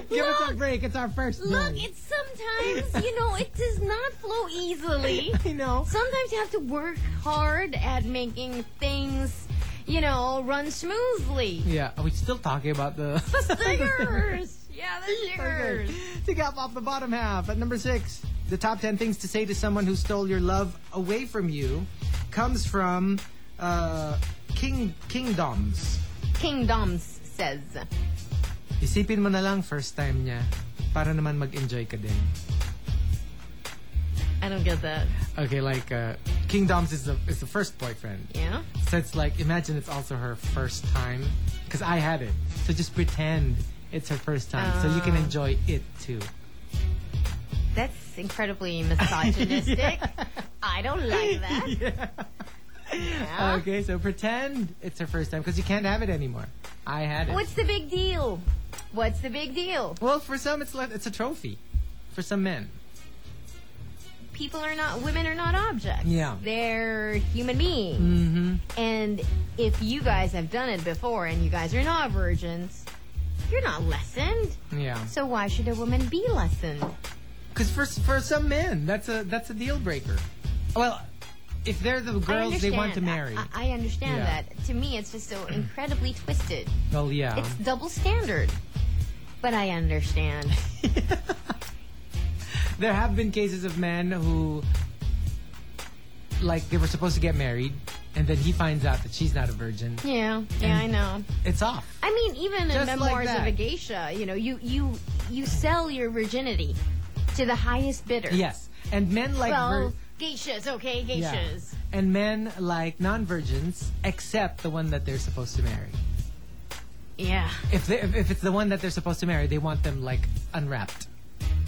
A: Give us a break. It's our first
F: Look,
A: day.
F: it's sometimes, you know, it does not flow
A: <laughs>
F: easily.
A: I know.
F: Sometimes you have to work hard at making things, you know, run smoothly.
A: Yeah, are we still talking about the. <laughs>
F: Singers! yeah, the
A: Okay.
F: singers.
A: To cap off the bottom half at number six, the top 10 things to say to someone who stole your love away from you comes from uh, King Kingdoms.
F: Kingdoms says.
A: Isipin mo na lang first time niya para naman mag-enjoy ka din.
F: I don't get that.
A: Okay, like uh, King Doms is the is the first boyfriend.
F: Yeah?
A: So it's like imagine it's also her first time because I had it. So just pretend it's her first time so you
F: Ah.
A: can enjoy it too.
F: That's incredibly misogynistic. I don't like
A: <laughs>
F: that. Yeah.
A: Okay, so pretend it's her first time because you can't have it anymore. I had it.
F: What's the big deal? What's the big deal?
A: Well, for some it's like it's a trophy. For some men,
F: People are not, women are not objects.
A: Yeah.
F: They're human beings. And if you guys have done it before and you guys are not virgins, you're not lessened.
A: yeah.
F: So why should a woman be lessened?
A: Because for for some men, that's a that's a deal breaker. Well, if they're the
F: I
A: girls they want to marry,
F: understand. I, I understand
A: Yeah.
F: that. To me, it's just so incredibly twisted.
A: well, yeah.
F: It's double standard. But I
A: <laughs>
F: understand. <laughs>
A: there have been cases of men who like they were supposed to get married and then he finds out that she's not a virgin
F: yeah, yeah, I know.
A: it's off
F: I mean, even in
A: Just like
F: Memoirs of
A: that.
F: a Geisha, you know, you you you sell your virginity to the highest bidder.
A: yes and men like
F: Well,
A: vir-
F: geishas, okay,
A: yeah.
F: geishas.
A: and men like non-virgins accept the one that they're supposed to marry
F: Yeah.
A: if they, if, if it's the one that they're supposed to marry they want them like unwrapped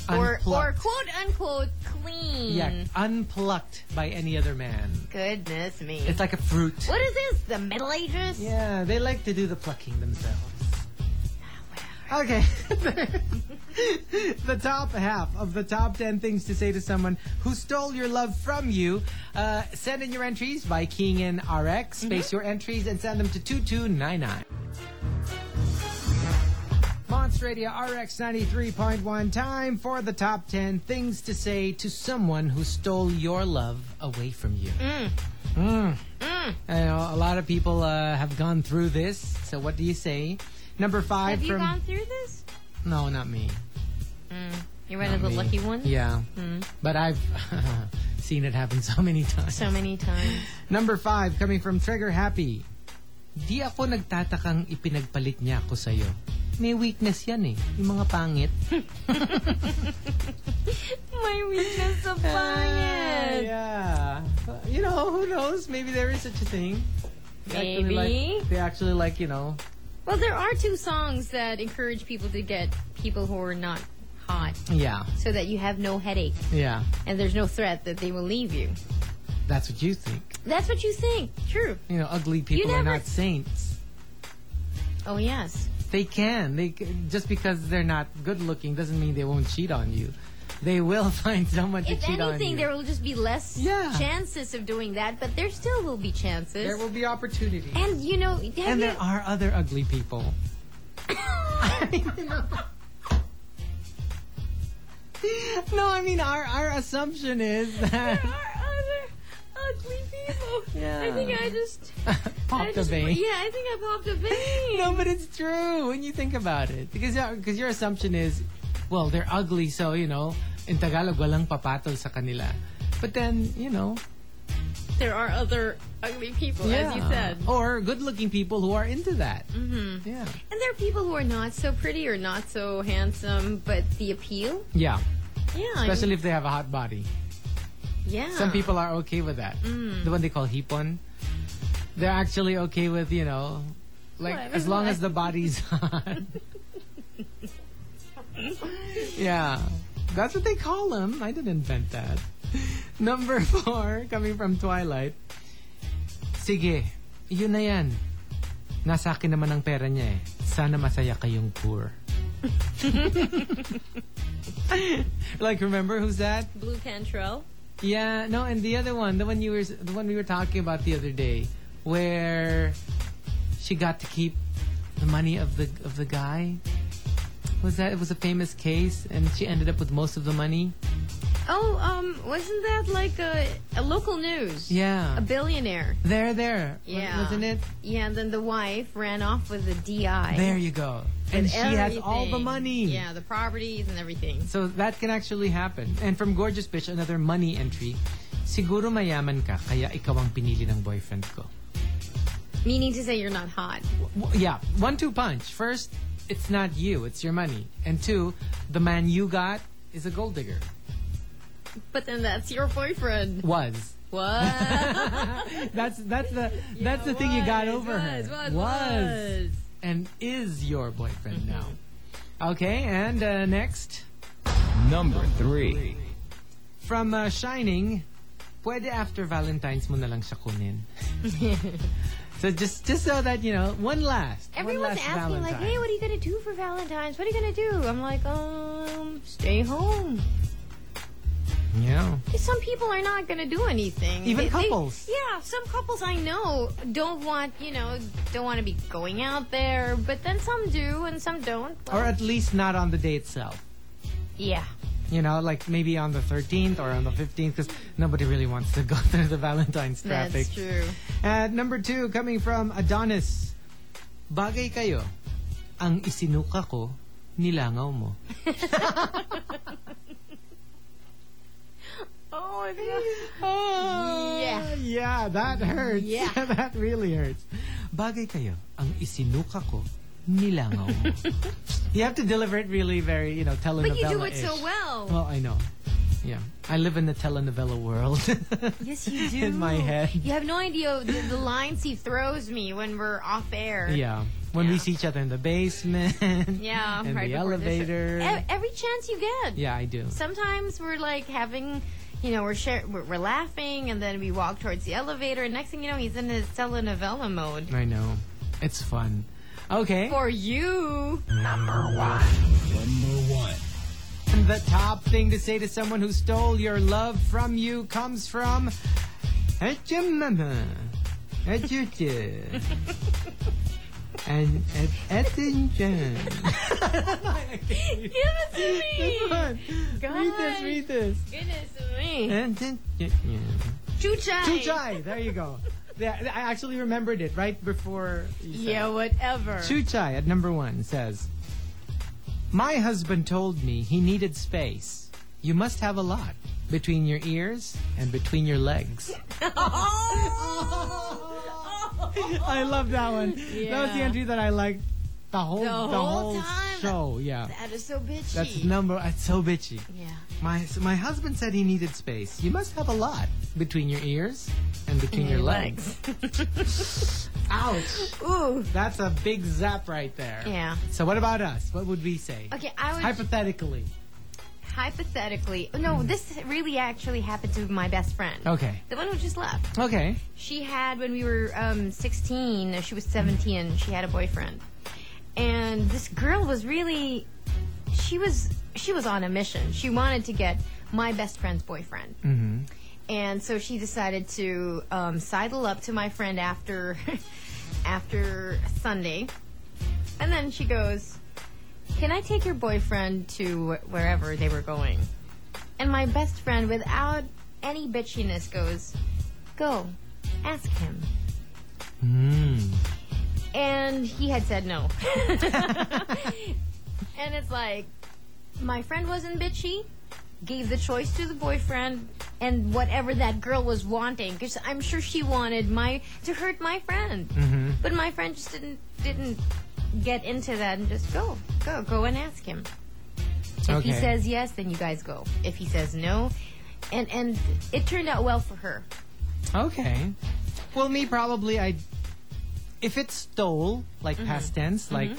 F: Or, or
A: unplucked
F: quote unquote clean.
A: yeah unplucked by any other man
F: Goodness me.
A: it's like a fruit
F: what is this? The Middle Ages?
A: Yeah, they like to do the plucking themselves. Okay. <laughs> the top half of the top 10 things to say to someone who stole your love from you. Uh, send in your entries by keying in RX, space your entries, and send them to 2299. Monster Radio RX 93.1 time for the top 10 things to say to someone who stole your love away from you.
F: Mm.
A: Mm. I know a lot of people uh, have gone through this. So what do you say? Number five
F: Have you
A: from
F: gone through this?
A: no, not me.
F: You're one Mm. of the
A: Me.
F: lucky ones?
A: Yeah, but I've <laughs> seen it happen so many times.
F: So many times.
A: Number five coming from Trigger Happy. Di ako nagtatakang ipinagpalit niya ako sa'yo. May weakness yan eh. Yung mga pangit.
F: <laughs> My weakness of
A: Ah,
F: bias.
A: Uh, yeah. Uh, You know, who knows? Maybe there is such a thing. They actually
F: Maybe.
A: like- they actually like, you know,
F: Well, there are two songs that encourage people to get people who are not hot
A: yeah,
F: so that you have no headache
A: yeah.
F: and there's no threat that they will leave you.
A: That's what you think.
F: That's what you think. True.
A: You know, ugly people are not
F: never-
A: saints.
F: Oh, yes.
A: They can. They c- just because they're not good looking doesn't mean they won't cheat on you. They will <laughs> find someone to
F: If
A: cheat on you.
F: anything, there will just be less
A: Yeah.
F: chances of doing that, but there still will be chances.
A: There will be opportunity.
F: and, you know, have
A: And
F: you,
A: there are other ugly people. No, I mean our our assumption is that
F: <laughs>
I: other ugly people.
A: Yeah.
I: I think I just. I
A: <laughs> pop the
I: just
A: vein.
I: Yeah, I think I popped a vein.
A: <laughs> No, but it's true when you think about it because because your assumption is, well, they're ugly, so you know in Tagalog walang papatol sa kanila. But then you know,
I: There are other ugly people, as you said.
A: or good-looking people who are into that. Mm-hmm. Yeah,
I: And there are people who are not so pretty or not so handsome, but the appeal.
A: yeah.
I: Yeah. I mean,
A: Especially if they have a hot body.
I: yeah. Mm.
A: Some people are okay with that. The one they call hipon. They're actually okay with, you know, like
I: Whatever,
A: as long
I: like-
A: as the body's <laughs> hot. yeah. That's what they call them. I didn't invent that. Number <laughs> four, coming from Twilight. Sige, yun na yan. Nasa akin naman ang pera niya eh. Sana masaya kayong
I: <laughs>
A: poor. <laughs> like, remember who's that?
I: Blue Cantrell.
A: Yeah, no, and the other one, the one you were, the one we were talking about the other day, where she got to keep the money of the of the guy. Was that? It was a famous case, and she ended up with most of the money.
I: Oh, um, wasn't that like a, a local news?
A: Yeah,
I: A billionaire.
A: there, there. wa-
I: Yeah.
A: wasn't it?
I: Yeah, and then the wife ran off with a DI.
A: There you go. And she has all the
I: everything.
A: money.
I: Yeah, the properties and everything.
A: So that can actually happen. And from Gorgeous Bitch, another money entry. Siguro mayaman ka, kaya ikaw ang pinili ng boyfriend ko.
I: Meaning to say you're not hot.
A: Well, yeah, one two punch. First, it's not you, it's your money. And two, the man you got is a gold digger.
I: But then that's your
A: <laughs>
I: boyfriend.
A: Was.
I: What?
A: That's that's the that's the thing you got over
I: was,
A: her.
I: Was, was.
A: and is your boyfriend now. Okay, and uh, next
E: Number three.
A: from uh, Shining, pwede after Valentine's mo na lang siya kunin.
I: <laughs>
A: so just just so that you know, one last. one
F: Everyone's
A: last
F: asking,
A: Valentine.
F: like, hey, what are you going to do for Valentine's? What are you going to do? I'm like, um, stay home.
A: Yeah.
F: Some people are not going to do anything.
A: Even couples.
F: yeah, some couples I know don't want, you know, don't want to be going out there, but then some do and some don't. Well,
A: Or at least not on the day itself.
F: yeah.
A: you know, like maybe on the 13th or on the 15th, because nobody really wants to <laughs> go through the Valentine's traffic.
I: That's true.
A: And number two, coming from Adonis, bagay kayo, ang isinuka ko, nilangaw mo.
I: Oh,
A: Oh,
I: Yeah.
A: yeah, that hurts.
I: Yeah.
A: <laughs> that really hurts. Bagay kayo, ang isinuka ko, nilangaw mo.
I: <laughs>
A: you have to deliver it really very, you know, telenovela
I: but you do it so well.
A: Well, I know. Yeah. I live in the telenovela world. <laughs>
F: Yes, you do.
A: in my head.
F: You have no idea the, the lines he throws me when we're off air.
A: Yeah. When we
F: Yeah.
A: see each other in the basement.
F: <laughs> Yeah,
A: In
F: right
A: the
F: before this-
A: elevator.
F: Ev- E-, every chance you get.
A: Yeah, I do.
F: Sometimes we're like having, you know, we're, share, we're we're laughing, and then we walk towards the elevator, and next thing you know, he's in his telenovela mode.
A: I know. It's fun. Okay.
F: For you,
A: The top thing to say to someone who stole your love from you comes from at your mama. At your dad.
F: <laughs>
A: And at at the gym.
I: Give it to me.
A: Come on. Read this,
I: Gosh.
A: read this.
I: Goodness me.
A: And then- yeah.
I: Chuchai.
A: Chuchai, there you go. Yeah, I actually remembered it right before you said it.
I: Yeah, whatever.
A: Chuchai at number one says, My husband told me he needed space. You must have a lot between your ears and between
I: <laughs>
A: your legs. I love that one. That was the
I: Oh! Yeah.
A: entry that I liked the whole, the
I: whole
A: whole
I: time.
A: show. Yeah.
I: That is so bitchy.
A: That's number. That's so bitchy.
I: yeah.
A: My so my husband said he needed space. You must have a lot between your ears and between your legs. <laughs> Ouch!
I: Ooh.
A: That's a big zap right there.
F: yeah.
A: So what about us? What would we say?
F: Okay, I would
A: Hypothetically.
F: hypothetically. No, this really actually happened to my best friend.
A: Okay.
F: The one who just left.
A: Okay.
F: She had, when we were um, 16, uh, she was 17, she had a boyfriend. And this girl was really, she was, she was on a mission. She wanted to get my best friend's boyfriend. Mm-hmm. And so she decided to um, sidle up to my friend <laughs> after, after Sunday. And then she goes, Can I take your boyfriend to wh- wherever they were going? And my best friend, without any bitchiness, goes, Go, ask him. And he had said no. <laughs> and it's like, my friend wasn't bitchy, gave the choice to the boyfriend, and whatever that girl was wanting, because I'm sure she wanted my to hurt my friend.
A: Mm-hmm.
F: But my friend just didn't didn't get into that and just go, go, go and ask him. If
A: Okay.
F: he says yes, then you guys go. If he says no, and and it turned out well for her.
A: Okay. Well, me probably I. If it's stole, like past tense, like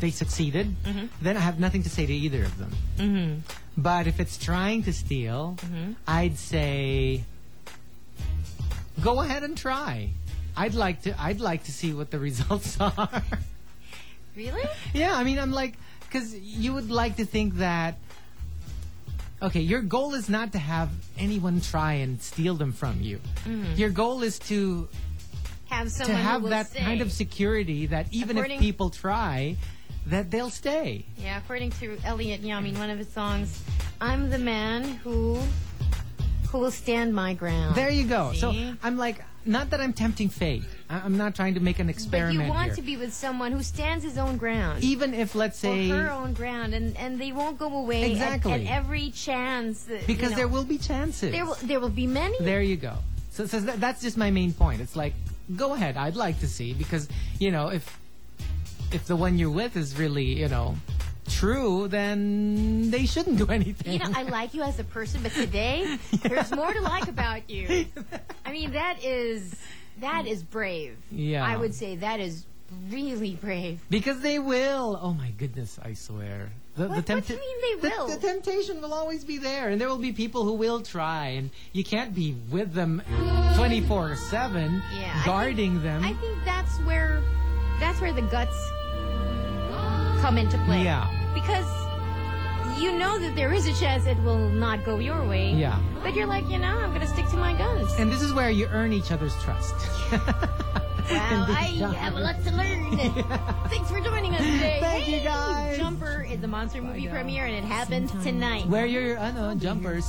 A: they succeeded, then I have nothing to say to either of them. Mm-hmm. But if it's trying to steal, I'd say go ahead and try. I'd like to. I'd like to see what the <laughs> results are.
F: Really?
A: yeah, I mean, I'm like, because you would like to think that. Okay, your goal is not to have anyone try and steal them from you. Your goal is to to
F: Have Mm-hmm. someone who
A: have
F: will
A: that
F: stay.
A: kind of security that even
F: According-
A: if people try, that they'll stay.
F: Yeah, according to Elliot Yamin, one of his songs, I'm the man who who will stand my ground.
A: There you go. So
F: See?
A: I'm like, not that I'm tempting fate. I- I'm not trying to make an
F: but
A: experiment
F: you want
A: here.
F: to be with someone who stands his own ground.
A: even if, let's
F: or
A: say,
F: her own ground, and, and they won't go away at-
A: Exactly.
F: at, every chance. that, you
A: because
F: know,
A: there will be chances.
F: there will there will be many.
A: There you go. So, so that, that's just my main point. It's like, go ahead. I'd like to see because you know if if the one you're with is really you know true, then they shouldn't do <laughs> anything.
F: <laughs> you know, I like you as a person, but
A: <laughs>
F: today there's more to like about you. I mean, that is that is brave.
A: Yeah.
F: I would say that is really brave.
A: <laughs> Because they will. Oh my goodness, I swear. The,
F: What- what do you mean they
A: the-
F: will?
A: The, temptation will always be there, and there will be people who will try, and you can't be with them 24 7,
F: Yeah, I think-
A: guarding them.
F: I think that's where that's where the guts come into play.
A: Yeah.
F: Because you know that there is a chance it will not go your way.
A: Yeah.
F: But you're like, you know, I'm gonna stick to my guns.
A: and this is where you earn each other's trust. <laughs>
F: Wow,
A: And
F: I
A: become-
F: have a lot to learn. <laughs> Thanks for joining us today.
A: Thank you,
F: Hey,
A: guys.
F: Jumper is a monster movie premiere and it happens tonight.
A: Wear your ano, jumpers.